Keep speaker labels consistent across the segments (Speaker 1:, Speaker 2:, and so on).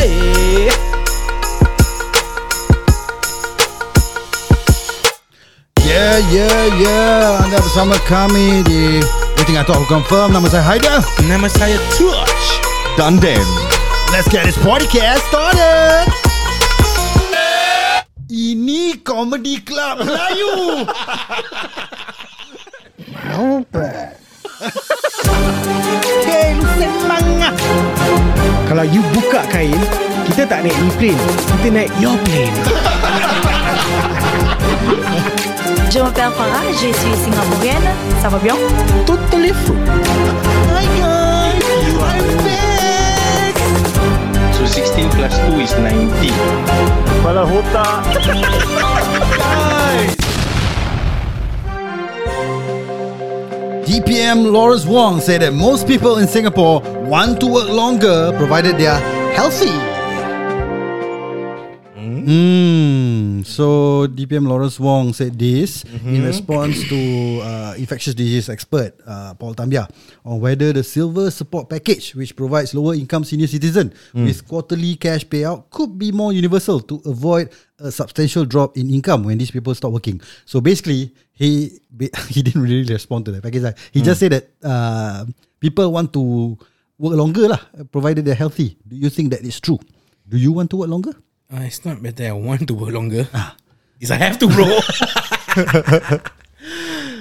Speaker 1: Eh,
Speaker 2: ya, ya. Anda bersama kami di Dating Atau Confirm. Nama saya Haida.
Speaker 1: Nama saya Tush.
Speaker 2: Dan Dan. Let's get this podcast started. Ini Comedy Club Melayu.
Speaker 1: Kain semangat. Kalau you buka kain, kita tak naik e-plane. Kita naik your plane.
Speaker 3: Je m'appelle Farah, je suis singapourienne. Ça va bien?
Speaker 1: Totally fruit.
Speaker 2: Hi guys, I'm back.
Speaker 4: So 16 plus 2 is 90.
Speaker 2: DPM Lawrence Wong said that most people in Singapore want to work longer provided they are healthy. Hmm. So DPM Lawrence Wong said this in response to uh, infectious disease expert uh, Paul Tambia on whether the silver support package, which provides lower income senior citizen with quarterly cash payout, could be more universal to avoid a substantial drop in income when these people stop working. So basically, he ba- he didn't really respond to the package. lah. He just said that uh, people want to work longer lah, provided they're healthy. Do you think that is true? Do you want to work longer?
Speaker 1: Uh, it's not better I want to work longer.
Speaker 2: Ah.
Speaker 1: It's I have to bro.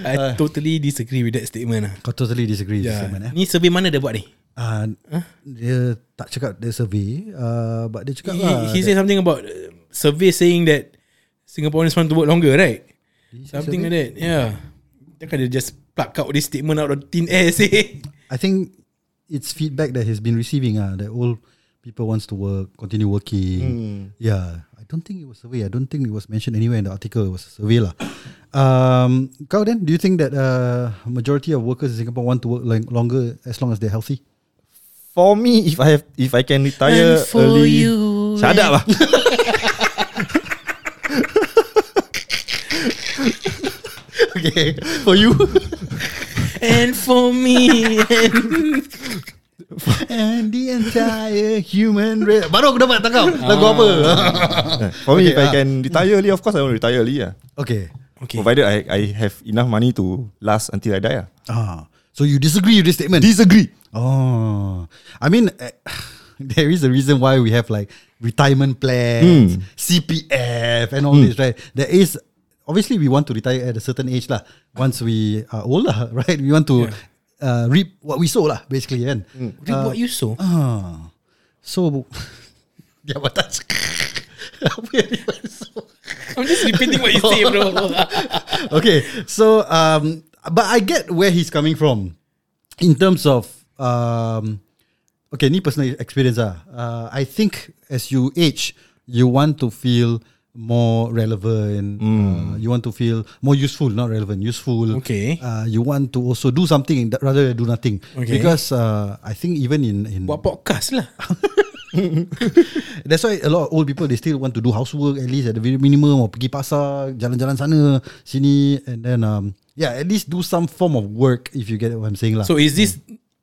Speaker 1: I totally disagree with that statement lah.
Speaker 2: Kau totally disagree yeah.
Speaker 1: Yeah.
Speaker 2: Ah. statement eh?
Speaker 1: Ni survey mana dia buat ni?
Speaker 2: Uh, Dia tak cakap dia survey uh, But dia cakap
Speaker 1: He,
Speaker 2: lah
Speaker 1: he said something about uh, survey saying that Singaporeans want to work longer, right? Something like that. Yeah. Takkan dia just pluck out this statement out of thin air seh.
Speaker 2: I think it's feedback that he's been receiving ah that all people wants to work, continue working. Yeah, I don't think it was survey. I don't think it was mentioned anywhere in the article. It was a survey lah. Um, kau then, do you think that uh, majority of workers in Singapore want to work like longer as long as they're healthy?
Speaker 5: For me, if I have, if I can retire
Speaker 1: And for
Speaker 5: early,
Speaker 1: you,
Speaker 5: shut up lah.
Speaker 2: okay, for you.
Speaker 1: And for me and
Speaker 2: And the entire human race. Baru aku dapat tak kau lagu apa?
Speaker 5: Eh, For me,
Speaker 2: Okay,
Speaker 5: if I
Speaker 2: ah.
Speaker 5: can retire early, of course I want to retire early. Ah,
Speaker 2: okay.
Speaker 1: Okay
Speaker 5: Provided I, I have enough money to last until I die. Ah,
Speaker 2: Ah, so you disagree with this statement?
Speaker 5: Disagree.
Speaker 2: Oh, I mean, eh, there is a reason why we have like retirement plans, CPF, and all this, right? There is obviously we want to retire at a certain age, lah. Once we are old, lah, right? We want to uh, reap what we sow, lah, basically. And
Speaker 1: Read what you saw
Speaker 2: ah, so yeah, but that's. Apa yang dia masuk?
Speaker 1: I'm just repeating what you say bro
Speaker 2: okay, so um, but I get where he's coming from in terms of um, okay, ni personal experience ah. Uh, I think as you age, you want to feel more relevant. Uh, you want to feel more useful, not relevant, useful.
Speaker 1: Hmm. Okay.
Speaker 2: Uh, you want to also do something that- rather than do nothing.
Speaker 1: Okay.
Speaker 2: Because uh, I think even in in
Speaker 1: Buat podcast lah
Speaker 2: That's why a lot of old people they still want to do housework at least at the very minimum or pergi pasar, jalan-jalan sana, sini and then um yeah, at least do some form of work if you get what I'm saying lah.
Speaker 1: So is this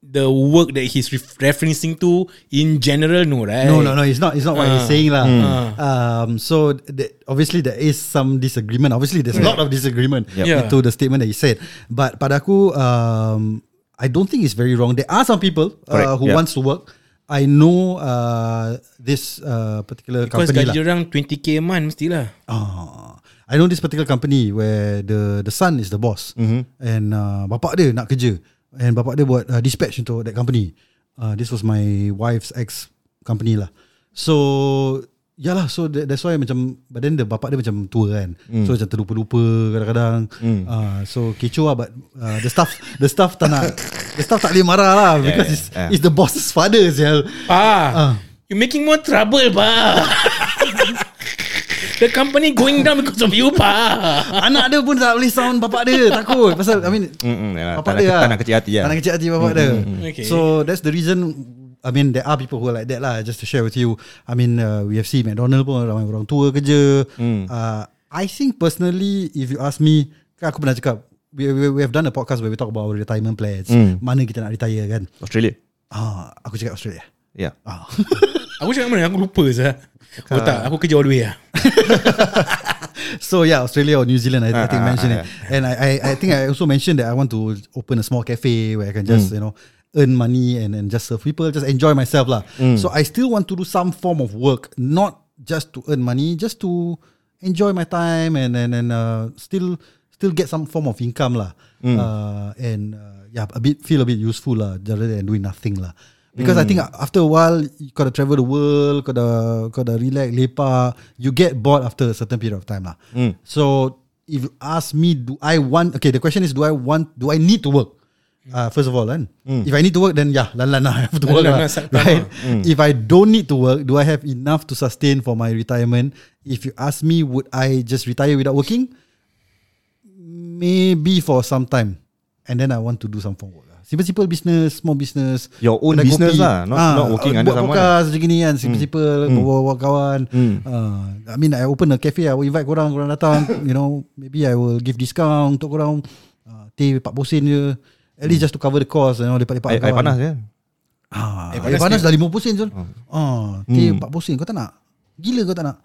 Speaker 1: the work that he's ref- referencing to in general? No, right?
Speaker 2: no, no, no. It's not. It's not what
Speaker 1: uh,
Speaker 2: he's saying, lah.
Speaker 1: mm.
Speaker 2: Um. So th- obviously there is some disagreement. Obviously there's a lot of disagreement
Speaker 1: Yeah.
Speaker 2: to the statement that he said. But pada aku, um, I don't think it's very wrong. There are some people uh,
Speaker 5: Correct,
Speaker 2: who
Speaker 5: yeah.
Speaker 2: wants to work. I know uh, this uh, particular
Speaker 1: Because
Speaker 2: company
Speaker 1: gaji
Speaker 2: lah.
Speaker 1: dia orang 20k a month mestilah.
Speaker 2: Ah, I know this particular company where the the son is the boss
Speaker 5: Mm-hmm.
Speaker 2: and uh, bapak dia nak kerja and bapak dia buat uh, dispatch untuk that company. Uh, this was my wife's ex company lah. So ya lah so that, that's why macam but then the bapak dia macam tua kan.
Speaker 5: Mm.
Speaker 2: So macam terlupa-lupa kadang-kadang. Uh, so kecoh lah but uh, the staff the staff tak nak the staff tak boleh marah lah because
Speaker 5: yeah,
Speaker 2: it's
Speaker 5: yeah.
Speaker 2: it's the boss's father sial.
Speaker 5: Ah.
Speaker 1: Pa, you making more trouble, pa. The company going down because of you, pa.
Speaker 2: Anak dia pun tak boleh sound bapak dia takut pasal I mean
Speaker 5: Mm-mm, yeah lah.
Speaker 2: bapak
Speaker 5: Tak nak-
Speaker 2: dia
Speaker 5: tak nak kecil hati lah.
Speaker 2: Tak nak kecil hati bapak dia.
Speaker 1: Okay.
Speaker 2: So that's the reason I mean there are people who are like that lah just to share with you. I mean uh, we have seen McDonald pun ramai orang tua kerja.
Speaker 5: Mm.
Speaker 2: Uh, I think personally if you ask me kan aku pernah cakap we, we, we have done a podcast where we talk about our retirement plans.
Speaker 5: Mm.
Speaker 2: Mana kita nak retire kan?
Speaker 5: Australia.
Speaker 2: Ah, aku cakap Australia.
Speaker 5: Yeah.
Speaker 2: Ah.
Speaker 5: Ah.
Speaker 1: Aku cakap mana? Aku lupa sah. Oh tak, aku kerja all the way lah.
Speaker 2: so yeah, Australia or New Zealand, I, I
Speaker 5: Ah,
Speaker 2: think
Speaker 5: ah,
Speaker 2: mentioned
Speaker 5: ah,
Speaker 2: it. And I, I, I think I also mentioned that I want to open a small cafe where I can
Speaker 5: Mm.
Speaker 2: just, you know, earn money and, and just serve people, just enjoy myself. lah.
Speaker 5: Mm.
Speaker 2: So I still want to do some form of work, not just to earn money, just to enjoy my time and and, and uh, still still get some form of income. lah.
Speaker 5: Mm.
Speaker 2: Uh, and uh, yeah, a bit feel a bit useful lah, rather than doing nothing. lah. Because I think after a while, you gotta travel the world, gotta gotta relax, lepak. You get bored after a certain period of time, lah. So if you ask me, do I want? Okay, the question is, do I want? Do I need to work? Uh, first of all, kan? if I need to work, then yeah, lan lan lah, I have to work,
Speaker 1: Lan lan
Speaker 2: lah,
Speaker 1: lah, start
Speaker 2: right?
Speaker 1: pertama.
Speaker 2: If I don't need to work, do I have enough to sustain for my retirement? If you ask me, would I just retire without working? Maybe for some time, and then I want to do some form of work. lah. Simple-simple business, small business.
Speaker 5: Your own
Speaker 2: Kedai
Speaker 5: business
Speaker 2: kopi.
Speaker 5: lah, not- not working
Speaker 2: buat
Speaker 5: under someone Hmm.
Speaker 2: podcast macam gini kan, simple-simple, bawa-bawa kawan. Ah, I mean, I open a cafe, I will invite korang, korang datang. you know, maybe I will give discount untuk korang. Uh, teh pak bosin je. At least just to cover the cost, you know, lepak-lepak
Speaker 5: Hmm. Air, air panas je
Speaker 2: Ah, air panas, dah 50 sen Zul.
Speaker 5: Hmm.
Speaker 2: Ah, teh 40 sen. Kau tak nak? Gila kau tak nak?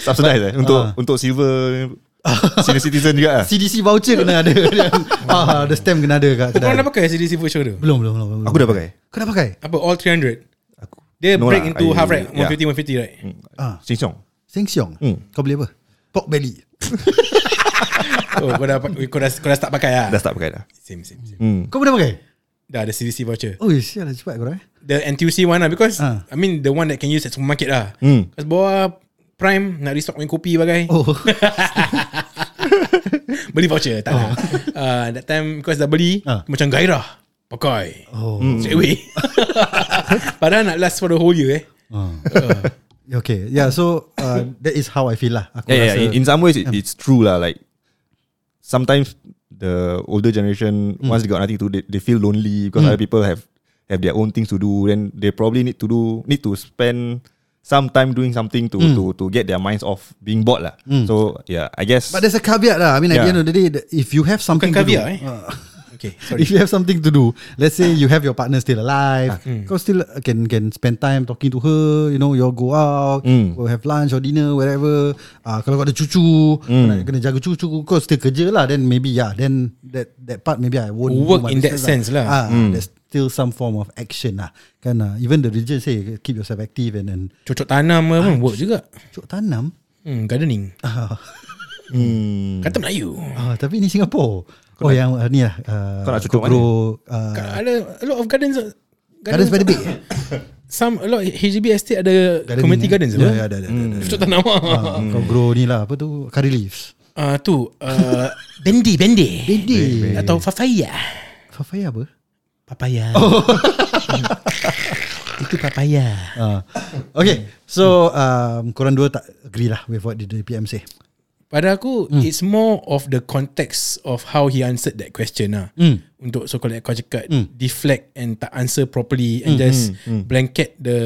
Speaker 5: Subsidize eh Untuk untuk silver Senior citizen juga lah
Speaker 2: CDC voucher kena ada. ah, the stamp kena ada kat
Speaker 1: Korang
Speaker 2: kedai.
Speaker 1: dah pakai CDC voucher tu?
Speaker 2: Belum, belum, belum, belum.
Speaker 5: Aku dah pakai
Speaker 2: Kau dah pakai?
Speaker 1: Apa all 300?
Speaker 5: Aku
Speaker 1: Dia
Speaker 5: No
Speaker 1: break
Speaker 5: lah,
Speaker 1: into
Speaker 5: I-
Speaker 1: half right?
Speaker 5: yeah. Mm.
Speaker 1: 150, 150 right?
Speaker 2: Ah,
Speaker 5: Sing song
Speaker 2: Seng Siong.
Speaker 5: Hmm.
Speaker 2: Kau beli apa? Pork belly.
Speaker 1: Oh, kau dah, kau dah, kau dah start pakai lah?
Speaker 5: Dah start pakai dah Hmm.
Speaker 1: Same, same, same.
Speaker 2: Kau pernah pakai?
Speaker 1: Dah ada CDC voucher.
Speaker 2: Oh, sial lah cepat korang eh.
Speaker 1: The NTUC one lah because
Speaker 2: Ah.
Speaker 1: I mean the one that can use at supermarket lah. Mm.
Speaker 5: Hmm.
Speaker 1: Because bawa Prime nak restock main kopi bagai.
Speaker 2: Oh,
Speaker 1: Beli voucher tak oh. uh, That time Because dah beli
Speaker 2: Ah.
Speaker 1: Macam gairah Pakai
Speaker 2: Oh.
Speaker 1: Straight away Padahal nak last for the whole year eh
Speaker 2: Ah. okay. Yeah, so uh, that is how I feel lah. Aku
Speaker 5: Yeah, yeah,
Speaker 2: rasa.
Speaker 5: in, in some ways it, it's true lah. Like sometimes the older generation once they got nothing to, do, they, they feel lonely because other people have have their own things to do. Then they probably need to do need to spend some time doing something to to to get their minds off being bored lah. So yeah, I guess.
Speaker 2: But there's a caveat lah. I mean, at the
Speaker 5: Yeah.
Speaker 2: end of the day, the- if you have something
Speaker 1: Bukan caveat
Speaker 2: to do,
Speaker 1: eh Okay sorry Ah,
Speaker 2: if you have something to do, let's say you have your partner still alive,
Speaker 1: hmm.
Speaker 2: kau still uh, can can spend time talking to her. You know, you all go out,
Speaker 1: Hmm.
Speaker 2: go have lunch or dinner, wherever. Ah, kalau kau ada cucu, kena,
Speaker 1: Hmm.
Speaker 2: kena jaga cucu, kau still kerja lah. Then maybe yeah, then that that part maybe I won't do
Speaker 1: Work
Speaker 2: my
Speaker 1: in that
Speaker 2: business
Speaker 1: sense lah.
Speaker 2: Ah, there's still some form of action lah. Kan, ah, even the religion say keep yourself active and and
Speaker 1: Cocok tanam
Speaker 2: Ah.
Speaker 1: apa pun Work juga
Speaker 2: cuk tanam.
Speaker 1: hmm, Gardening
Speaker 5: Hmm.
Speaker 1: Kata Melayu
Speaker 2: Ah, tapi ni Singapore. oh yang uh, ni lah. Uh,
Speaker 5: Kau nak cucuk
Speaker 2: Kokoro, uh,
Speaker 1: Ada a lot of gardens uh,
Speaker 2: Gardens by the Bay.
Speaker 1: Some a lot HDB estate ada
Speaker 2: Gardening,
Speaker 1: Community
Speaker 2: eh?
Speaker 1: gardens
Speaker 2: Ya,
Speaker 1: apa?
Speaker 2: ya, ada, ada, ada, ada.
Speaker 1: Cocok tanam ah.
Speaker 2: Ah, Kau grow ni lah Apa tu Curry leaves
Speaker 1: Ah, Tu ah, Bendi Bendi
Speaker 2: Bendi
Speaker 1: Atau Oh. Fafaya
Speaker 2: Papaya apa
Speaker 1: Papaya Itu papaya
Speaker 2: Ah. Okay So um, Korang dua tak agree lah With what did the PM say
Speaker 1: Pada aku
Speaker 2: Hmm.
Speaker 1: mm. It's more of the context Of how he answered that question lah
Speaker 2: Hmm.
Speaker 1: mm. Untuk so called like kau cakap mm. Deflect and tak answer
Speaker 2: Hmm,
Speaker 1: properly And mm. just mm. blanket the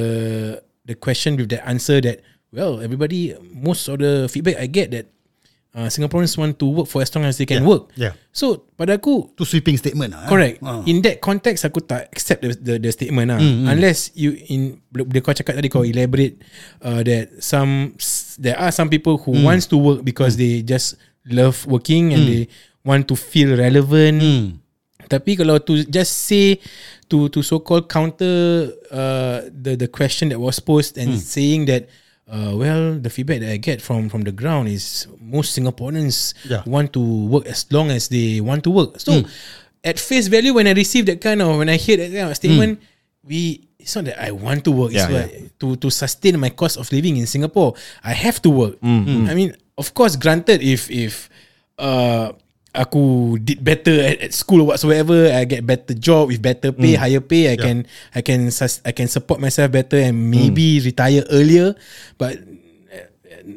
Speaker 1: The question with that answer that Well everybody Most of the feedback I get that uh, Singaporeans want to work For as long as they can work
Speaker 2: yeah.
Speaker 1: So pada aku
Speaker 2: Tu sweeping statement lah eh?
Speaker 1: Correct.
Speaker 2: Ah.
Speaker 1: In that context aku tak accept the the, the statement lah. Mm, Unless you in bila kau cakap tadi kau elaborate uh, that some there are some people
Speaker 2: Mm.
Speaker 1: who wants to work because they just love working and they want to feel relevant.
Speaker 2: Mm. Hmm.
Speaker 1: Tapi kalau to just say to to so called counter uh, the the question that was posed and saying that uh, well the feedback that I get from from the ground is most Singaporeans
Speaker 2: Yeah.
Speaker 1: want to work as long as they want to work. So at face value when I receive that kind of when I hear that kind of statement, we it's not that I want to work. it's
Speaker 5: Yeah,
Speaker 1: what, uh, to to sustain my cost of living in Singapore, I have to work.
Speaker 5: Mm,
Speaker 1: I mean, of course, granted if if uh aku did better at, at school or whatsoever, I get better job with better
Speaker 5: Mm.
Speaker 1: pay, higher pay. I can I can sus- I can support myself better and maybe
Speaker 5: Mm.
Speaker 1: retire earlier. But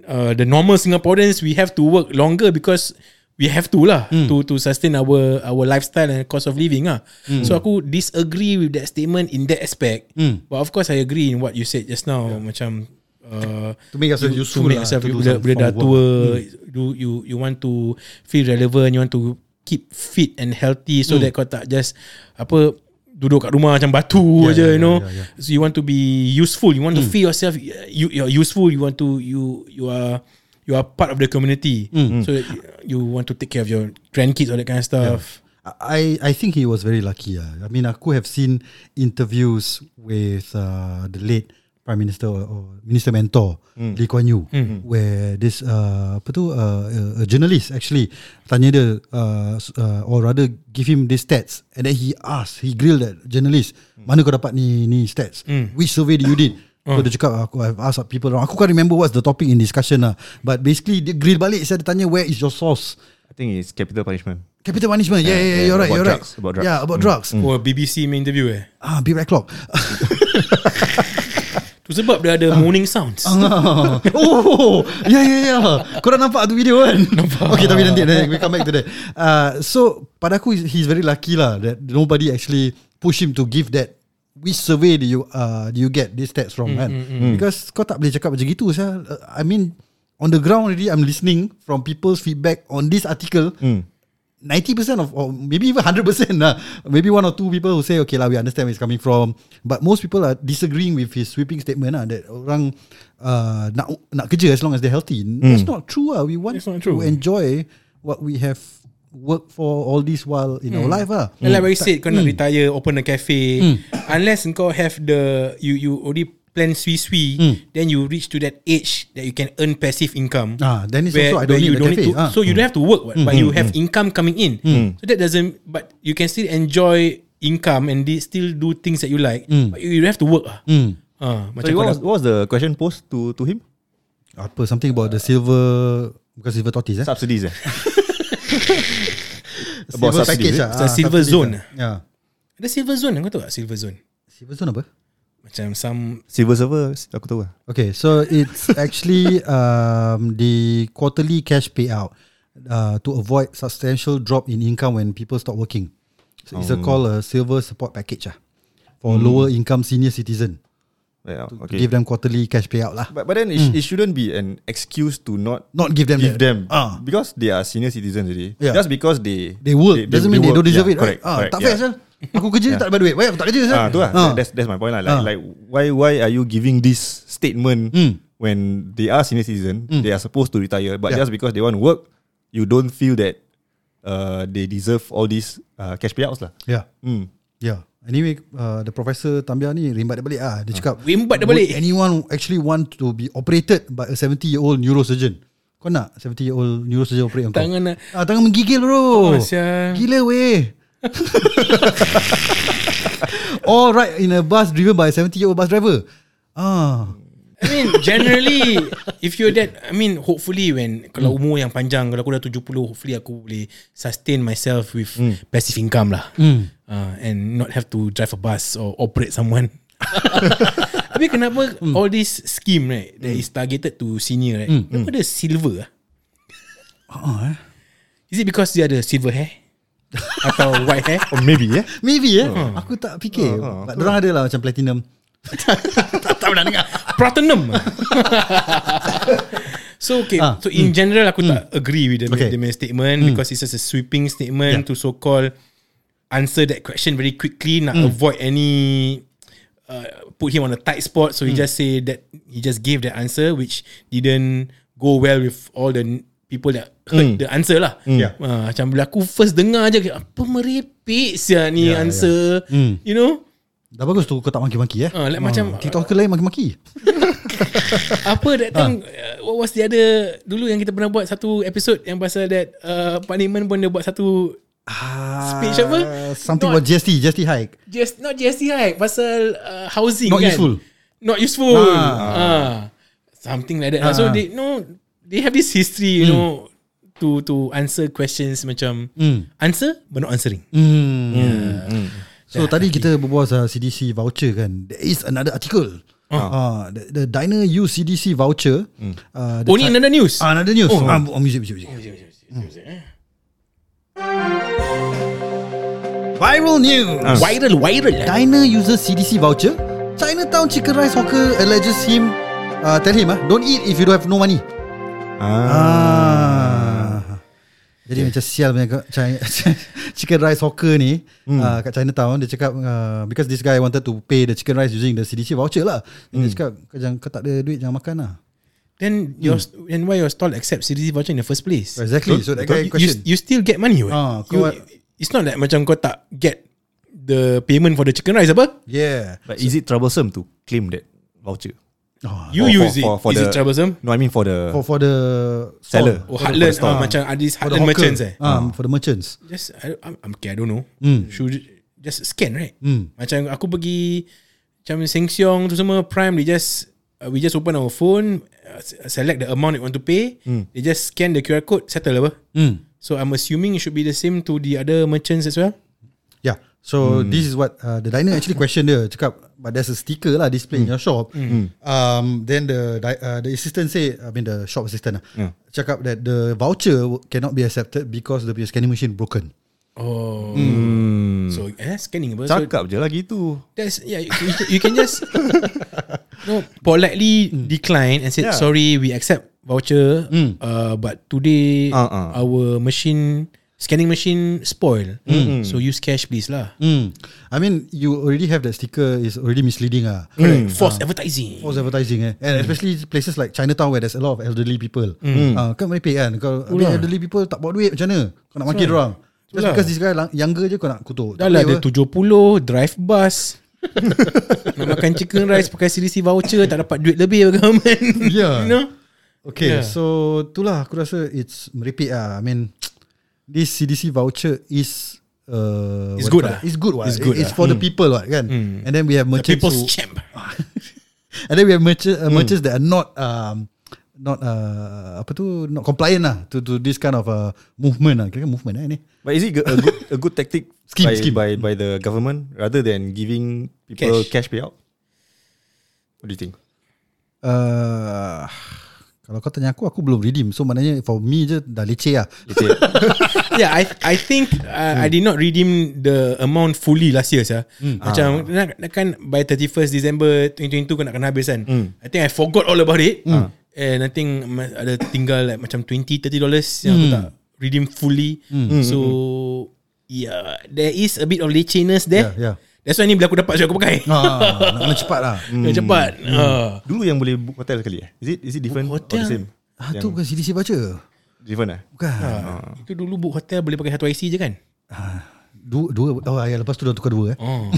Speaker 1: uh, the normal Singaporeans we have to work longer because we have to lah
Speaker 2: Hmm.
Speaker 1: to to sustain our our lifestyle and cost of living ah.
Speaker 2: Hmm.
Speaker 1: So aku disagree with that statement in that aspect. But of course I agree in what you said just now macam uh,
Speaker 2: To make yourself
Speaker 1: you-
Speaker 2: useful
Speaker 1: to make
Speaker 2: lah,
Speaker 1: yourself
Speaker 2: to do
Speaker 1: bila,
Speaker 2: some
Speaker 1: bila dah
Speaker 2: form of
Speaker 1: tua,
Speaker 2: Hmm.
Speaker 1: do you you want to feel relevant, you want to keep fit and healthy
Speaker 2: Hmm.
Speaker 1: so that kau tak just apa duduk kat rumah macam batu yeah,
Speaker 2: Yeah,
Speaker 1: je
Speaker 2: yeah,
Speaker 1: you know.
Speaker 2: yeah, yeah, yeah.
Speaker 1: So you want to be useful. You want to feel yourself. You you're useful. You want to you you are you you are part of the community. So that you want to take care of your grandkids or that kind of stuff.
Speaker 2: I I think he was very lucky. ah. I mean, I could have seen interviews with uh, the late Prime Minister or, or Minister Mentor Lee Kuan Yew, where this uh, apa tu uh, a- a journalist actually tanya dia uh, s- uh, or rather give him these stats, and then he asked, he grilled that journalist, mana kau dapat ni ni stats? Which survey did you did? So dia cakap aku I've asked people around. Aku can't remember what's the topic in discussion lah. But basically dia grill balik saya dia tanya where is your source?
Speaker 5: I think it's capital punishment.
Speaker 2: Capital management. Yeah, yeah, yeah,
Speaker 5: yeah,
Speaker 2: you're right,
Speaker 5: Eh, about
Speaker 2: you're
Speaker 5: drugs,
Speaker 2: right.
Speaker 5: about drugs. Mm.
Speaker 2: Yeah, about drugs.
Speaker 1: Or BBC main interview eh.
Speaker 2: Ah, be right clock.
Speaker 1: Tu sebab dia ada moaning sounds.
Speaker 2: oh, yeah, yeah, yeah. Korang nampak tu video kan? Nampak. Okay, tapi nanti, nanti we come back to that. Uh, so, pada aku, he's- he's very lucky lah that nobody actually push him to give that which survey do you uh, do you get these stats from
Speaker 5: Mm,
Speaker 2: kan? Because kau tak boleh cakap macam gitu saya. I mean, on the ground already, I'm listening from people's feedback on this article.
Speaker 5: Mm.
Speaker 2: 90% of or maybe even 100% lah. Maybe one or two people who say okay lah we understand where it's coming from but most people are disagreeing with his sweeping statement lah that orang uh, nak nak kerja as long as they're healthy. That's not true lah. We want
Speaker 1: That's Hmm. not
Speaker 2: to
Speaker 1: true.
Speaker 2: enjoy what we have worked for all this while in our
Speaker 1: Hmm.
Speaker 2: life uh. lah.
Speaker 1: And like what you said, kau nak retire, open a cafe.
Speaker 2: Hmm.
Speaker 1: Unless kau have the you you already plan sui sui,
Speaker 2: Hmm.
Speaker 1: then you reach to that age that you can earn passive income.
Speaker 2: Ah, then it's also I don't need
Speaker 1: you
Speaker 2: the cafe,
Speaker 1: to,
Speaker 2: ah. Hmm.
Speaker 1: so you don't have to work, what, but you have income coming in. So that doesn't, but you can still enjoy income and di- still do things that you like.
Speaker 2: Hmm.
Speaker 1: But you, you have to work. ah. Ah, macam kau
Speaker 5: Sorry, what,
Speaker 1: dah-
Speaker 5: was, what was the question posed to to him?
Speaker 2: Apa something about the silver bukan silver tortoise eh?
Speaker 5: Subsidies. Eh? about
Speaker 2: silver
Speaker 5: subsidies, eh?
Speaker 2: ah,
Speaker 1: It's a silver
Speaker 2: subsidies
Speaker 1: zone.
Speaker 2: lah. Yeah.
Speaker 1: ada silver zone. Kau tahu tak silver zone?
Speaker 2: Silver zone apa?
Speaker 1: Macam some
Speaker 5: Silver server, aku tahu lah.
Speaker 2: Okay, so it's actually um, the quarterly cash payout uh, to avoid substantial drop in income when people stop working. So it's a
Speaker 5: Oh.
Speaker 2: called a silver support package ah, for lower income senior citizen. Okay.
Speaker 5: Yeah, Hmm. okay.
Speaker 2: Give them quarterly cash payout lah.
Speaker 5: But, but then it, sh- it shouldn't be an excuse to not
Speaker 2: Not give them.
Speaker 5: give
Speaker 2: that.
Speaker 5: them
Speaker 2: Ah,
Speaker 5: because they are senior citizens already.
Speaker 2: Yeah.
Speaker 5: Just because they
Speaker 2: they work doesn't mean they
Speaker 5: work.
Speaker 2: don't deserve it,
Speaker 5: Yeah,
Speaker 2: right?
Speaker 5: Correct,
Speaker 2: Ah,
Speaker 5: correct,
Speaker 2: tak fair
Speaker 5: yeah.
Speaker 2: yeah. Aku kerja tak dapat duit. Why aku tak kerja
Speaker 5: Ah,
Speaker 2: sel?
Speaker 5: tu lah.
Speaker 2: Ah.
Speaker 5: That's that's my point lah. Like,
Speaker 2: Ah.
Speaker 5: like why why are you giving this statement
Speaker 2: Mm.
Speaker 5: when they are senior citizen, they are supposed to retire,
Speaker 2: Hmm.
Speaker 5: but
Speaker 2: Yeah.
Speaker 5: just because they want to work, you don't feel that uh, they deserve all these uh, cash payouts lah.
Speaker 2: Yeah.
Speaker 1: Hmm.
Speaker 5: Mm.
Speaker 2: Yeah. Ya. Anyway, uh, the professor Tambia ni rimbat dia balik ah. Dia cakap,
Speaker 1: Rimbat dia
Speaker 2: "Would
Speaker 1: balik."
Speaker 2: Anyone actually want to be operated by a 70-year-old neurosurgeon? Kau nak 70-year-old neurosurgeon operate on kau?
Speaker 1: Tangan nak-
Speaker 2: Ah, tangan menggigil bro.
Speaker 1: Oh, sial.
Speaker 2: Gila weh. All right in a bus driven by a 70-year-old bus driver. Ah.
Speaker 1: I mean generally If you're that I mean hopefully when
Speaker 2: Hmm.
Speaker 1: Kalau umur yang panjang Kalau aku dah 70 Hopefully aku boleh Sustain myself with
Speaker 2: Hmm.
Speaker 1: Passive income lah uh, And not have to Drive a bus Or operate someone Tapi kenapa
Speaker 2: Hmm.
Speaker 1: All this scheme right That is targeted to senior right Kenapa ada silver ah?
Speaker 2: Ah, eh.
Speaker 1: Is it because dia ada silver hair? Atau white hair?
Speaker 5: Or maybe yeah.
Speaker 2: Oh, Maybe eh.
Speaker 1: Hmm.
Speaker 2: Aku tak fikir.
Speaker 1: Ah,
Speaker 2: But dorang ada lah macam platinum.
Speaker 1: Platinum So okay
Speaker 2: Ah, Hmm.
Speaker 1: So in general Aku tak agree With the,
Speaker 2: Okay. Hmm.
Speaker 1: the main statement Because it's just a sweeping statement To so called Answer that question Very quickly Nak
Speaker 2: Hmm.
Speaker 1: avoid any uh, Put him on a tight spot So he
Speaker 2: Hmm.
Speaker 1: just say that He just gave the answer Which didn't Go well with All the n- People that heard the answer lah
Speaker 2: Hmm. Yeah.
Speaker 1: Ah, Macam bila aku first dengar je Apa merepek siya ni answer
Speaker 2: Hmm.
Speaker 1: You know
Speaker 2: Dah bagus tu kau tak maki-maki eh.
Speaker 1: Ah, like macam-
Speaker 2: TikToker lain maki-maki.
Speaker 1: Apa
Speaker 2: Ha.
Speaker 1: that time uh, What was the other Dulu yang kita pernah buat Satu episode Yang pasal that uh, Pak Niman pun dia buat satu Speech apa?
Speaker 2: Ah, Something
Speaker 1: Not-
Speaker 2: about GST, GST hike.
Speaker 1: GS, Not GST right Pasal uh, housing
Speaker 2: Not
Speaker 1: kan?
Speaker 2: useful. Ha.
Speaker 1: Not useful ah. Something like that ah. So
Speaker 2: Ah.
Speaker 1: they no They have this history You
Speaker 2: Hmm.
Speaker 1: know To to answer questions Macam
Speaker 2: Hmm.
Speaker 1: Answer But not answering
Speaker 2: Ya. So tadi kita berbual pasal CDC voucher kan. There is another article. Ah, the, the diner use CDC voucher. Uh, the
Speaker 1: Only
Speaker 2: tri-
Speaker 1: another news
Speaker 2: Ah, another news. Oh, ah, oh, music, music, music. eh? Viral news.
Speaker 1: Viral viral lah
Speaker 2: Diner uses CDC voucher. Chinatown chicken rice hawker alleges him. Uh, tell him ah, don't eat if you don't have no money.
Speaker 5: Ah.
Speaker 2: Ah. Jadi macam sial punya kat Chi- chicken rice hawker ni hmm. uh, kat Chinatown dia cakap uh, because this guy wanted to pay the chicken rice using the CDC voucher lah. Hmm. Dia cakap kau jangan kau tak ada duit jangan makan lah.
Speaker 1: then your then why your stall accept CDC voucher in the first place?
Speaker 2: Exactly. So that
Speaker 5: Betul.
Speaker 2: guy
Speaker 1: You-
Speaker 2: question.
Speaker 1: You, you still get money. what?
Speaker 2: Ah,
Speaker 1: you,
Speaker 2: kau-
Speaker 1: it's not like macam kau tak get the payment for the chicken rice apa?
Speaker 2: Yeah.
Speaker 5: But is it troublesome to claim that voucher?
Speaker 2: Oh,
Speaker 1: You
Speaker 5: For-
Speaker 1: use
Speaker 5: for-
Speaker 1: it.
Speaker 5: for- for
Speaker 1: is it
Speaker 5: the-
Speaker 1: troublesome?
Speaker 5: No, I mean for the
Speaker 2: for for the
Speaker 5: Seller.
Speaker 2: stall,
Speaker 1: Oh,
Speaker 5: for the-
Speaker 1: heartland
Speaker 5: for the
Speaker 1: ah,
Speaker 5: store.
Speaker 1: macam ada
Speaker 2: for
Speaker 1: this
Speaker 2: the
Speaker 1: heartland
Speaker 2: hawker.
Speaker 1: merchants eh.
Speaker 2: Um, for the merchants.
Speaker 1: Just I, I'm, I'm okay, I don't know. Should just scan right? Macam aku pergi macam Sheng Siong tu semua Prime they just uh, we just open our phone uh, se- select the amount you want to pay they just scan the QR code settle apa so I'm assuming it should be the same to the other merchants as well
Speaker 2: Yeah. So
Speaker 1: Hmm.
Speaker 2: this is what uh, the diner actually questioned dia cakap but there's a sticker lah display
Speaker 1: Hmm.
Speaker 2: in your shop. Um then the di- uh, the assistant say I mean the shop assistant lah, cakap that the voucher w- cannot be accepted because the scanning machine broken.
Speaker 1: oh so eh, scanning apa so
Speaker 5: Cakap je lah gitu
Speaker 1: That's yeah. You, you can- you can just no politely decline and say
Speaker 5: Hmm. Yeah. Hmm.
Speaker 1: sorry. We accept voucher, uh, but today
Speaker 5: Uh-uh.
Speaker 1: our machine scanning machine spoil. Hmm.
Speaker 5: Hmm.
Speaker 1: So use cash, please lah.
Speaker 2: Hmm. I mean you already have that sticker is already misleading ah.
Speaker 5: Hmm.
Speaker 1: Correct. False advertising.
Speaker 2: False advertising eh.
Speaker 1: Hmm.
Speaker 2: And especially places like Chinatown where there's a lot of elderly people. Ah, kan merepek kan. Kau habis
Speaker 1: Itulah.
Speaker 2: elderly people tak bawa duit macam mana? Kau nak maki orang. Just
Speaker 1: Itulah.
Speaker 2: because this guy lang- younger je kau nak kutuk. Tak
Speaker 1: Dah lah
Speaker 2: boleh
Speaker 1: ada
Speaker 2: apa.
Speaker 1: 70 drive bus. Nak makan chicken rice pakai CDC voucher tak dapat duit lebih bagi government.
Speaker 2: Yeah.
Speaker 1: you know?
Speaker 2: Ya. Okay,
Speaker 1: Yeah.
Speaker 2: so itulah aku rasa it's merepek ah. I mean, this CDC voucher is uh,
Speaker 1: It's
Speaker 2: what do you
Speaker 1: good
Speaker 2: call
Speaker 1: ah.
Speaker 2: that? It's good what?
Speaker 1: It's good
Speaker 2: It's
Speaker 1: ah.
Speaker 2: for the people what kan? And then we have
Speaker 1: The
Speaker 2: merchants
Speaker 1: people's
Speaker 2: who,
Speaker 1: champ.
Speaker 2: and then we have merchants,
Speaker 1: Mm.
Speaker 2: uh, merchants that are not um, not uh, apa tu not compliant lah to to this kind of uh, movement lah. Kira movement eh ni.
Speaker 5: But is it a good, a good tactic
Speaker 2: Scheme,
Speaker 5: by,
Speaker 2: scheme.
Speaker 5: by by the government rather than giving people
Speaker 1: Cash.
Speaker 5: cash, payout? What do you think?
Speaker 2: Uh, kalau kau tanya aku aku belum redeem. So maknanya for me je dah leceh lah.
Speaker 5: Let's say,
Speaker 1: yeah, I I think uh, I did not redeem the amount fully last year, sir.
Speaker 2: Hmm.
Speaker 1: Ah. Macam nak, nak kan by 31st December 2022 kau nak kena habis kan.
Speaker 2: Hmm.
Speaker 1: I think I forgot all about it. And I think ma- ada tinggal like macam 20 30 dollars yang
Speaker 2: Hmm.
Speaker 1: aku tak redeem fully. So yeah, there is a bit of leceness there.
Speaker 2: Yeah, yeah.
Speaker 1: That's why ni bila aku dapat so aku pakai.
Speaker 2: Ah, Hmm. nak kena cepat lah.
Speaker 1: Kena Cepat. Ah.
Speaker 5: dulu yang boleh book hotel sekali eh? Is it is it different or
Speaker 1: hotel?
Speaker 5: the same?
Speaker 2: Ah, tu
Speaker 5: Yang-
Speaker 2: bukan CDC baca.
Speaker 5: Different eh?
Speaker 2: Bukan.
Speaker 1: Ah. Itu dulu book hotel boleh pakai satu IC je kan?
Speaker 2: Dua, dua oh, ya, Lepas tu dah tukar dua eh.
Speaker 1: Oh.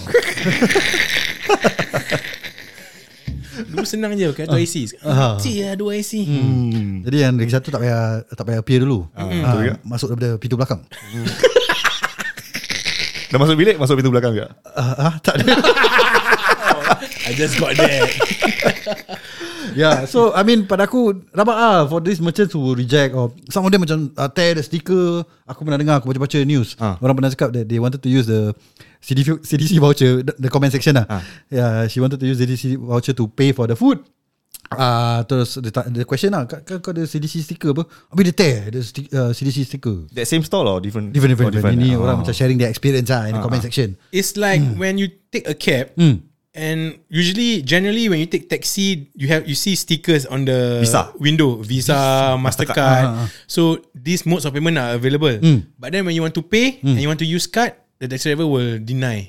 Speaker 1: Dulu senang je Pakai dua IC
Speaker 2: Ah.
Speaker 1: Cik lah dua IC
Speaker 2: Hmm. Jadi yang lagi satu tak payah Tak payah appear dulu
Speaker 5: Ah, betul juga.
Speaker 2: ha, Masuk daripada pintu belakang
Speaker 5: Dah masuk bilik, masuk pintu belakang juga.
Speaker 2: Ah, ah, Tak ada
Speaker 1: I just got that
Speaker 2: Yeah Ya, So I mean pada aku Rabak ah For these merchants who reject or Some of them macam uh, Tear the sticker Aku pernah dengar Aku baca-baca news
Speaker 5: Ah.
Speaker 2: Orang pernah cakap that They wanted to use the CDC, CDC voucher the, the comment section lah
Speaker 5: Ah.
Speaker 2: Yeah She wanted to use CDC voucher To pay for the food Ah, uh, terus the, the question lah, kau, kau ada CDC sticker apa? Habis dia tear the sti- uh, CDC sticker.
Speaker 5: That same stall or different?
Speaker 2: Different, different,
Speaker 5: or
Speaker 2: different. Ini
Speaker 5: Ah.
Speaker 2: orang macam sharing their experience lah in the
Speaker 5: Ah,
Speaker 2: comment
Speaker 5: ah.
Speaker 2: section.
Speaker 1: It's like When you take a cab And usually Generally when you take taxi You have you see stickers on the
Speaker 5: Visa.
Speaker 1: Window Visa, Mastercard,
Speaker 2: Ah, ah, ah.
Speaker 1: So these modes of payment Are available But then when you want to pay And you want to use card The taxi driver will deny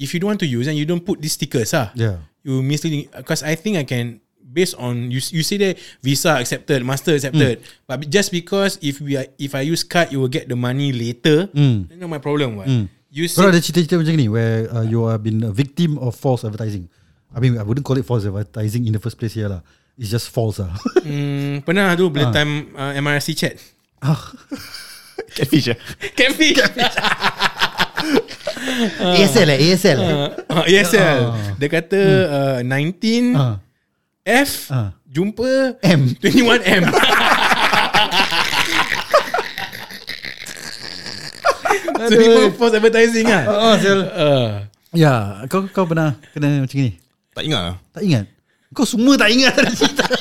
Speaker 1: If you don't want to use And you don't put these stickers ah,
Speaker 2: Hmm. Yeah.
Speaker 1: you misleading because I think I can based on you you say that Visa accepted, Master accepted, but be- just because if we are if I use card, you will get the money later.
Speaker 2: Hmm.
Speaker 1: Then not my problem. What you
Speaker 2: Kau ada
Speaker 1: say?
Speaker 2: cerita-cerita macam ni where uh, you have been a victim of false advertising. I mean, I wouldn't call it false advertising in the first place here lah. It's just false lah.
Speaker 1: Hmm, pernah tu
Speaker 2: Ah.
Speaker 1: bila time uh, MRC chat.
Speaker 5: Catfish eh?
Speaker 1: Catfish.
Speaker 2: ASL lah, ASL.
Speaker 1: uh, yes, uh. Dia kata uh,
Speaker 2: Hmm.
Speaker 1: 19
Speaker 2: Ah.
Speaker 1: F
Speaker 2: Ah.
Speaker 1: jumpa
Speaker 2: M.
Speaker 1: 21 M. so people false advertising ah.
Speaker 2: Oh, ASL.
Speaker 1: Uh,
Speaker 2: Ya, kau kau pernah kena macam ni?
Speaker 5: Tak ingat lah.
Speaker 2: Tak ingat? Kau semua tak ingat ada cerita.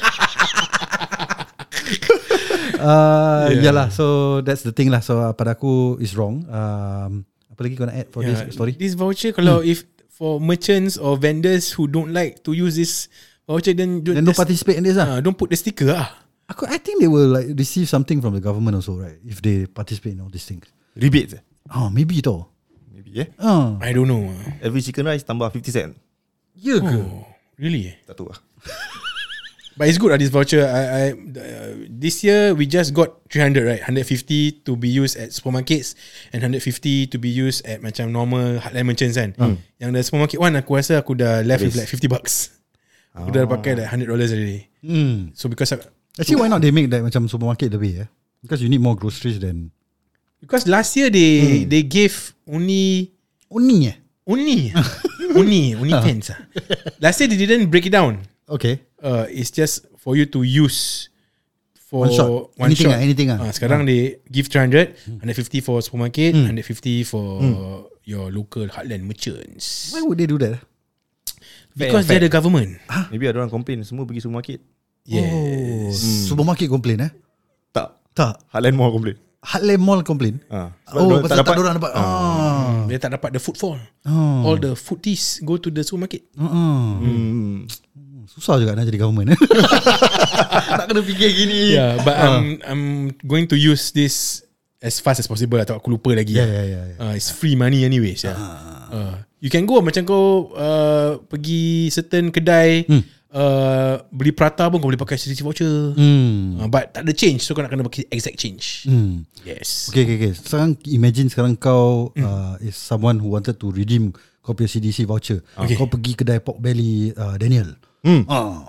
Speaker 2: Uh, yeah. Yalah So that's the thing lah So uh, pada aku Is wrong um, Apa lagi kau nak add For
Speaker 1: yeah,
Speaker 2: this story Hmm.
Speaker 1: This voucher kalau if for merchants or vendors who don't like to use this voucher then don't,
Speaker 2: Then don't
Speaker 1: just-
Speaker 2: participate in this lah
Speaker 1: ah, don't put the sticker ah.
Speaker 2: Aku, I think they will like receive something from the government also, right? If they participate in all these things.
Speaker 5: Rebates eh?
Speaker 2: Oh, maybe though.
Speaker 5: Maybe eh?
Speaker 2: Oh,
Speaker 1: I don't know. ah.
Speaker 5: Every chicken rice tambah 50 cent.
Speaker 2: yeah.
Speaker 1: Really? eh?
Speaker 5: Tak tahu lah.
Speaker 1: But it's good ah, this voucher. I, I uh, this year we just got 300 right, 150 to be used at supermarkets and 150 to be used at macam normal hardline merchants kan. Yang the supermarket one aku rasa aku dah left with like 50 bucks. Aku dah pakai like 100 dollars already.
Speaker 2: Hmm.
Speaker 1: So because I,
Speaker 2: Actually, why not they make that macam supermarket lebih eh? Because you need more groceries than
Speaker 1: because last year they they gave only
Speaker 2: only eh.
Speaker 1: only only only tens ah. Last year they didn't break it down.
Speaker 2: Okay.
Speaker 1: uh, it's just for you to use for
Speaker 2: One shot. Anything ah, anything ah. Hmm.
Speaker 1: Ah, sekarang they give 300, 150 for supermarket, 150 for your local heartland merchants.
Speaker 2: Why would they do that?
Speaker 1: Because
Speaker 5: fair.
Speaker 1: they're the government.
Speaker 2: Ah.
Speaker 5: Maybe ada orang complain Semua pergi supermarket
Speaker 1: Yeah.
Speaker 2: Oh, supermarket complain eh?
Speaker 5: Tak
Speaker 2: Tak.
Speaker 5: Heartland Mall complain
Speaker 2: Heartland Mall complain.
Speaker 5: ha.
Speaker 2: Oh, pasal tak ada orang dapat. Ah.
Speaker 1: Dia tak dapat the footfall.
Speaker 2: Oh.
Speaker 1: All the foodies go to the supermarket.
Speaker 2: Uh-uh.
Speaker 5: hmm.
Speaker 2: Susah juga nak jadi government eh. Nak kena fikir gini.
Speaker 1: Yeah, but I'm
Speaker 2: Ah.
Speaker 1: I'm going to use this as fast as possible atau aku lupa lagi.
Speaker 2: Yeah, yeah, yeah, yeah.
Speaker 1: Uh, it's free money anyways. Yeah. Uh, you can go macam kau uh, pergi certain kedai hmm. uh, beli prata pun kau boleh pakai CCTV voucher.
Speaker 2: Hmm.
Speaker 1: Uh, but tak ada change so kau nak kena pakai exact change.
Speaker 2: Hmm.
Speaker 1: Yes.
Speaker 2: Okay, okay, okay. Sekarang imagine sekarang kau uh, is someone who wanted to redeem kau punya CDC voucher.
Speaker 1: Okay.
Speaker 2: Kau pergi kedai pork belly uh, Daniel. Hmm. Ah.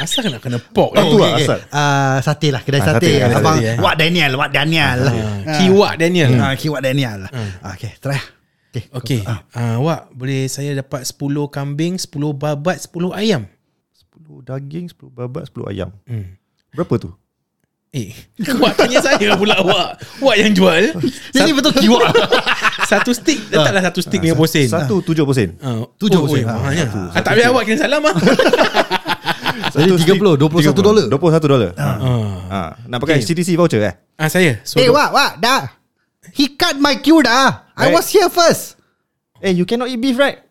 Speaker 1: Asal kau nak kena pork.
Speaker 5: Oh,
Speaker 1: Oh,
Speaker 5: lah asal.
Speaker 2: Uh, sate lah kedai
Speaker 5: Ah,
Speaker 2: sate. sate,
Speaker 5: sate, kedai
Speaker 2: Abang
Speaker 1: sate, eh.
Speaker 2: Wak Daniel, Wak Daniel. Ah.
Speaker 1: Uh, Kiwak Daniel.
Speaker 2: Ah, kiwak Daniel. Ah, Okay, try. Okay.
Speaker 1: Okay.
Speaker 2: Ah.
Speaker 1: Uh, wak, boleh saya dapat 10 kambing, 10 babat, 10 ayam?
Speaker 5: 10 daging 10 babat 10 ayam
Speaker 2: Hmm.
Speaker 5: Berapa tu?
Speaker 1: Eh, Wak tanya saya pula Wak. Wak yang jual.
Speaker 2: Ini betul kiwak. Ah.
Speaker 1: Satu stick Letaklah satu stick Dengan posen
Speaker 5: Satu tujuh persen
Speaker 1: Ah,
Speaker 2: Tujuh
Speaker 1: oh,
Speaker 2: persen.
Speaker 1: oi,
Speaker 2: Ah,
Speaker 1: Mahalnya ah, Tak payah awak kena salam lah
Speaker 2: Ah, Jadi 30, 21 dolar. Ah.
Speaker 5: 21 dolar ha. Nak
Speaker 1: Okay.
Speaker 5: pakai CDC voucher eh
Speaker 1: ah, Saya so,
Speaker 2: Eh, Wak, Wak, dah. He cut my queue dah. I
Speaker 5: Right.
Speaker 2: was here first.
Speaker 5: Eh you cannot eat beef right?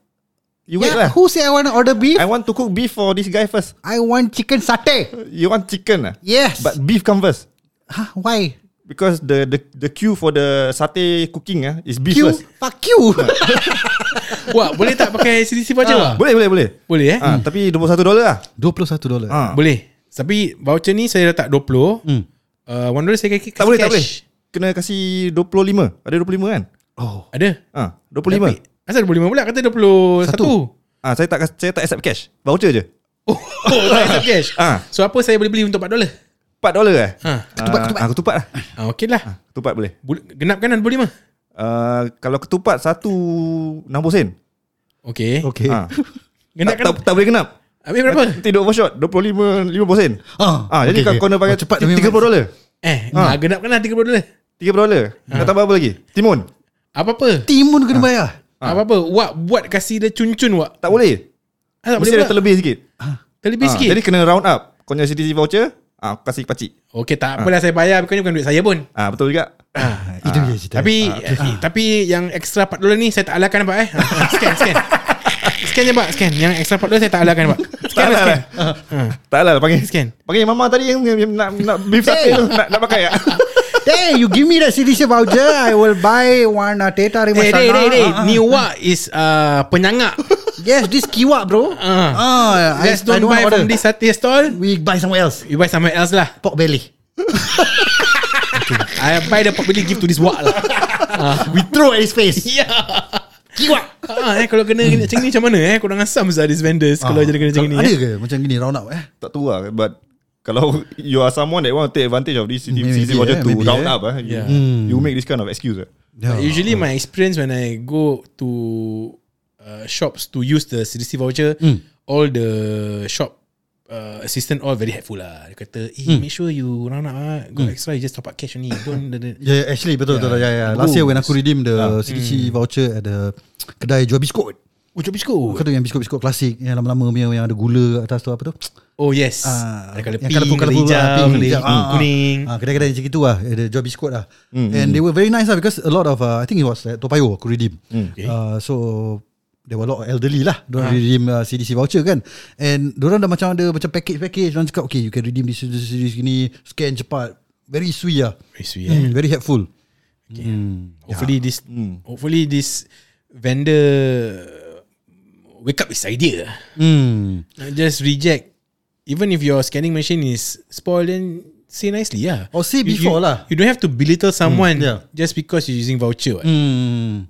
Speaker 5: You wait
Speaker 2: Yeah,
Speaker 5: lah
Speaker 2: who say I want to order beef?
Speaker 5: I want to cook beef for this guy first
Speaker 2: I want chicken satay.
Speaker 5: You want chicken ah?
Speaker 2: Yes.
Speaker 5: But beef come first
Speaker 2: Huh, why?
Speaker 5: Because the the the queue for the satay cooking ah is beef
Speaker 2: Queue?
Speaker 5: first.
Speaker 2: Fuck you.
Speaker 1: Wak boleh tak pakai CDC voucher
Speaker 2: Ah.
Speaker 1: Wak?
Speaker 5: Boleh boleh boleh.
Speaker 1: Boleh eh
Speaker 2: Hmm.
Speaker 5: Ah, tapi 21 dolar lah.
Speaker 2: 21 dolar.
Speaker 5: Ah.
Speaker 1: Boleh Tapi voucher ni Saya letak 20 hmm. uh, One dollar saya kasi
Speaker 5: Tak boleh
Speaker 1: cash.
Speaker 5: tak boleh. Kena kasih 25. Ada 25 kan?
Speaker 2: Oh.
Speaker 1: Ada
Speaker 5: Ah, 25.
Speaker 1: Tapi, Asal 25 pula Kata 21
Speaker 2: Satu.
Speaker 5: Ah, saya tak kas- saya tak accept cash. Voucher je.
Speaker 1: Oh, oh tak accept cash
Speaker 5: Ah.
Speaker 1: So apa saya boleh beli Untuk 4 dollar
Speaker 5: 4 dolar eh?
Speaker 1: Ah.
Speaker 5: Ketupat ketupat. Ah, ketupat lah.
Speaker 1: ah, Okay lah
Speaker 5: Ketupat boleh.
Speaker 1: Bul- Genap kanan 25
Speaker 5: Uh, kalau ketupat satu 60 sen.
Speaker 1: Okay, okay.
Speaker 2: Okay.
Speaker 5: Ah.
Speaker 1: Genap
Speaker 5: tak, tak,
Speaker 1: kanan
Speaker 5: tak boleh kenap.
Speaker 1: Habis berapa?
Speaker 5: Nanti dia overshot 25 50 sen.
Speaker 2: Ah,
Speaker 5: Ah,
Speaker 2: okay,
Speaker 5: jadi kau
Speaker 2: okay.
Speaker 5: kau kena pakai
Speaker 2: Oh, cepat dia
Speaker 5: 30
Speaker 2: memang-
Speaker 5: dolar.
Speaker 1: Eh ah.
Speaker 5: Ah.
Speaker 1: Genap kanan 30 dollar
Speaker 5: 30 dolar. Nak tambah apa lagi? Timun.
Speaker 1: Apa-apa
Speaker 2: Timun kena bayar.
Speaker 1: Apa-apa Wak buat kasih dia cun-cun Wak
Speaker 5: Tak boleh.
Speaker 1: ah, tak boleh
Speaker 5: Mesti ada
Speaker 1: pula.
Speaker 5: terlebih sikit.
Speaker 1: Terlebih
Speaker 5: Ah,
Speaker 1: sikit
Speaker 5: Jadi kena round up. Kau punya CDC voucher, ah, aku kasih pakcik.
Speaker 1: Okay tak apalah saya bayar Bukan bukan duit saya pun
Speaker 5: Ah, betul juga.
Speaker 2: Ah, itu dia cerita.
Speaker 1: Tapi eh, Tapi yang extra 4 dolar ni Saya tak alakan pak eh Ah, ah, Scan scan Scan je pak Scan Yang extra 4 dolar saya tak alakan pak Scan lah
Speaker 5: eh?
Speaker 1: scan
Speaker 5: Tak lah panggil
Speaker 1: Scan.
Speaker 5: Panggil mama tadi yang, yang, yang nak, nak beef satay tu nak, nak pakai ya.
Speaker 2: hey, you give me the CDC voucher, I will buy one uh, teta
Speaker 1: Eh
Speaker 2: rimasana.
Speaker 1: dey dey dey Niwa is uh, penyangak
Speaker 2: Yes, this kiwa, bro.
Speaker 1: Ah.
Speaker 2: Ah, I,
Speaker 1: Let's
Speaker 2: I
Speaker 1: don't
Speaker 2: don't
Speaker 1: buy
Speaker 2: want
Speaker 1: from
Speaker 2: order.
Speaker 1: this satay stall
Speaker 2: We buy somewhere else.
Speaker 1: You buy somewhere else lah
Speaker 2: Pork belly.
Speaker 1: I buy the properly give to this wak lah
Speaker 2: We throw at his face.
Speaker 1: Ya
Speaker 2: kiwa.
Speaker 1: Ah, eh, kalau kena kena macam ni macam mana eh Korang asam sah these vendors Kalau jadi kena macam ni
Speaker 2: Ah. Ada
Speaker 1: eh.
Speaker 2: ke macam gini round up eh?
Speaker 5: tak tahu lah but kalau you are someone that want to take advantage of this CDC
Speaker 2: Maybe,
Speaker 5: voucher
Speaker 2: eh,
Speaker 5: to
Speaker 2: maybe,
Speaker 5: round
Speaker 2: eh.
Speaker 5: up ah, you,
Speaker 1: Yeah.
Speaker 5: you make this kind of excuse eh.
Speaker 2: Yeah.
Speaker 1: But usually my experience when I go to uh, shops to use the CDC voucher,
Speaker 2: Hmm.
Speaker 1: all the shop uh, assistant all very helpful lah. Dia kata, eh
Speaker 2: Hmm.
Speaker 1: make sure you round up ah, got extra you just top up cash only. Don't. don't- don't."
Speaker 2: Yeah, yeah, Ya, actually betul betul. Yeah, yeah. Last year when aku redeem the
Speaker 1: Hmm.
Speaker 2: CDC voucher at the kedai jual biskut.
Speaker 1: Oh, cop biskut.
Speaker 2: Kau tahu yang biskut-biskut klasik yang lama-lama punya yang ada gula kat atas tu apa tu?
Speaker 1: Oh yes.
Speaker 2: Ah,
Speaker 1: Ada kala
Speaker 2: yang
Speaker 1: pink, kala
Speaker 2: colourful-
Speaker 1: hijau,
Speaker 2: colourful, ah,
Speaker 1: kala
Speaker 2: pink, hijau. Ah, ah.
Speaker 1: kuning.
Speaker 2: Ah, kedai-kedai macam itu lah. Ada jual biskut lah.
Speaker 1: Hmm.
Speaker 2: And they were very nice lah because a lot of, uh, I think it was at Topayo aku redeem.
Speaker 1: Okay.
Speaker 2: Uh, so, there were a lot of elderly lah. Diorang
Speaker 1: Ah.
Speaker 2: redeem uh, CDC voucher kan. And diorang dah macam ada macam package-package. Diorang cakap, okay, you can redeem this, this, this, gini. Scan cepat. Very sweet lah.
Speaker 1: Very sweet, eh?
Speaker 2: Mm, very helpful.
Speaker 1: Hopefully this,
Speaker 2: Hmm.
Speaker 1: hopefully this vendor uh, wake up his idea.
Speaker 2: Hmm.
Speaker 1: Just reject even if your scanning machine is spoiled, then say nicely, yeah.
Speaker 2: Or say
Speaker 1: You-
Speaker 2: before
Speaker 1: you,
Speaker 2: lah. Mm,
Speaker 1: You don't have to belittle someone
Speaker 2: yeah.
Speaker 1: just because you're using voucher. what.
Speaker 2: Hmm.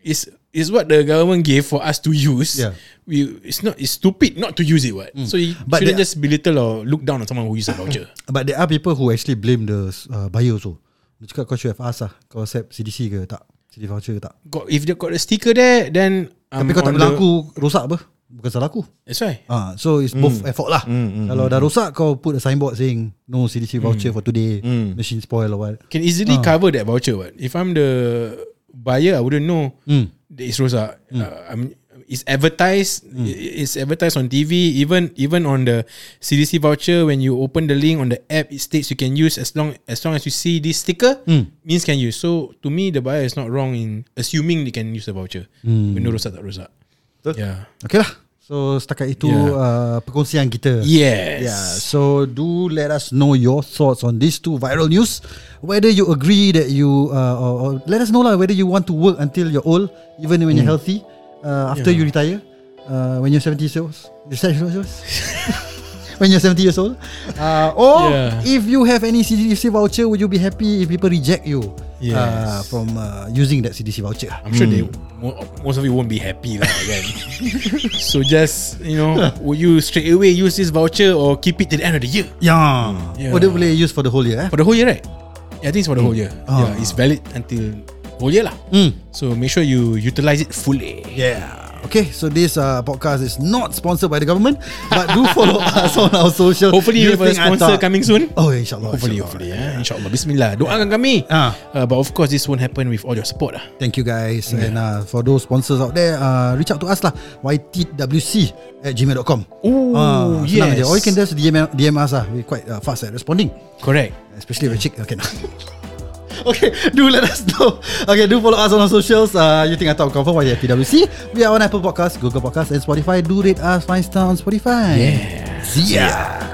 Speaker 1: It's it's what the government gave for us to use.
Speaker 2: Yeah. Mm.
Speaker 1: We it's not it's stupid not to use it. What? So you
Speaker 2: But
Speaker 1: shouldn't
Speaker 2: there-
Speaker 1: just belittle or look down on someone who uses a voucher.
Speaker 2: But there are people who actually blame the uh, buyer also. Dia cakap kau should have asked lah. Kau accept CDC ke tak? CD voucher ke tak?
Speaker 1: got, if they got the sticker there, then I'm
Speaker 2: Tapi kau tak
Speaker 1: Hmm, on
Speaker 2: bilang
Speaker 1: the-
Speaker 2: aku rosak apa? Bukan salah aku.
Speaker 1: That's why.
Speaker 2: Ah, so it's both effort lah. Kalau dah rosak kau put a signboard saying no CDC voucher for today, machine spoil or what.
Speaker 1: Can easily cover that voucher. But if I'm the buyer, I wouldn't know that it's Rosa. Uh, I'm, it's advertised. i- It's advertised on TV. Even even on the CDC voucher, when you open the link on the app, it states you can use as long as long as you see this sticker means can use. So to me, the buyer is not wrong in assuming they can use the voucher. When no Rosa tak Rosa.
Speaker 5: Betul.
Speaker 1: Yeah.
Speaker 2: Okay lah. So setakat itu yeah. uh, perkongsian kita.
Speaker 1: Yes.
Speaker 2: Yeah. So do let us know your thoughts on these two viral news. Whether you agree that you uh, or, or let us know lah whether you want to work until you're old, even when you're healthy, uh, after you retire, uh, when you're 70 years old, when you're 70 years old, uh, or
Speaker 1: Yeah.
Speaker 2: if you have any CDC voucher, would you be happy if people reject you uh,
Speaker 1: Yes.
Speaker 2: from uh, using that CDC voucher?
Speaker 1: I'm sure they
Speaker 2: Hmm.
Speaker 1: mo- most of you won't be happy lah kan. so just you know, would you straight away use this voucher or keep it to the end of the year
Speaker 2: Yeah.
Speaker 1: Hmm. Yeah.
Speaker 2: Oh, dia boleh use for the whole year. Hmm. Eh?
Speaker 1: for the whole year, right? Yeah, I think it's for the whole year.
Speaker 2: Ah.
Speaker 1: Yeah, it's valid until whole year lah. So make sure you utilize it fully.
Speaker 2: Hmm. Yeah. Okay, so this uh, podcast is not sponsored by the government, but do follow us on our social.
Speaker 1: Hopefully
Speaker 2: You
Speaker 1: we have a
Speaker 2: think I
Speaker 1: sponsor
Speaker 2: thought-
Speaker 1: coming soon.
Speaker 2: Oh, insyaAllah.
Speaker 1: Hopefully,
Speaker 2: insyaAllah.
Speaker 1: hopefully, yeah. Insyaallah. Bismillah. Doakan kami.
Speaker 2: Ah.
Speaker 1: Uh, but of course, this won't happen with all your support lah.
Speaker 2: Thank you guys And uh, for those sponsors out there uh, Reach out to us lah YTWC at gmail.com
Speaker 1: Ooh,
Speaker 2: Ah, senang je.
Speaker 1: yes.
Speaker 2: Or you can just DM, DM us lah We're quite uh, fast at responding
Speaker 1: Correct.
Speaker 2: Especially if you're chick Okay no. Okay, do let us know. Okay, do follow us on our socials. Uh, you think I talk confirm by PWC. We are on Apple Podcasts, Google Podcasts, and Spotify. Do rate us five star on Spotify. Yeah. See ya.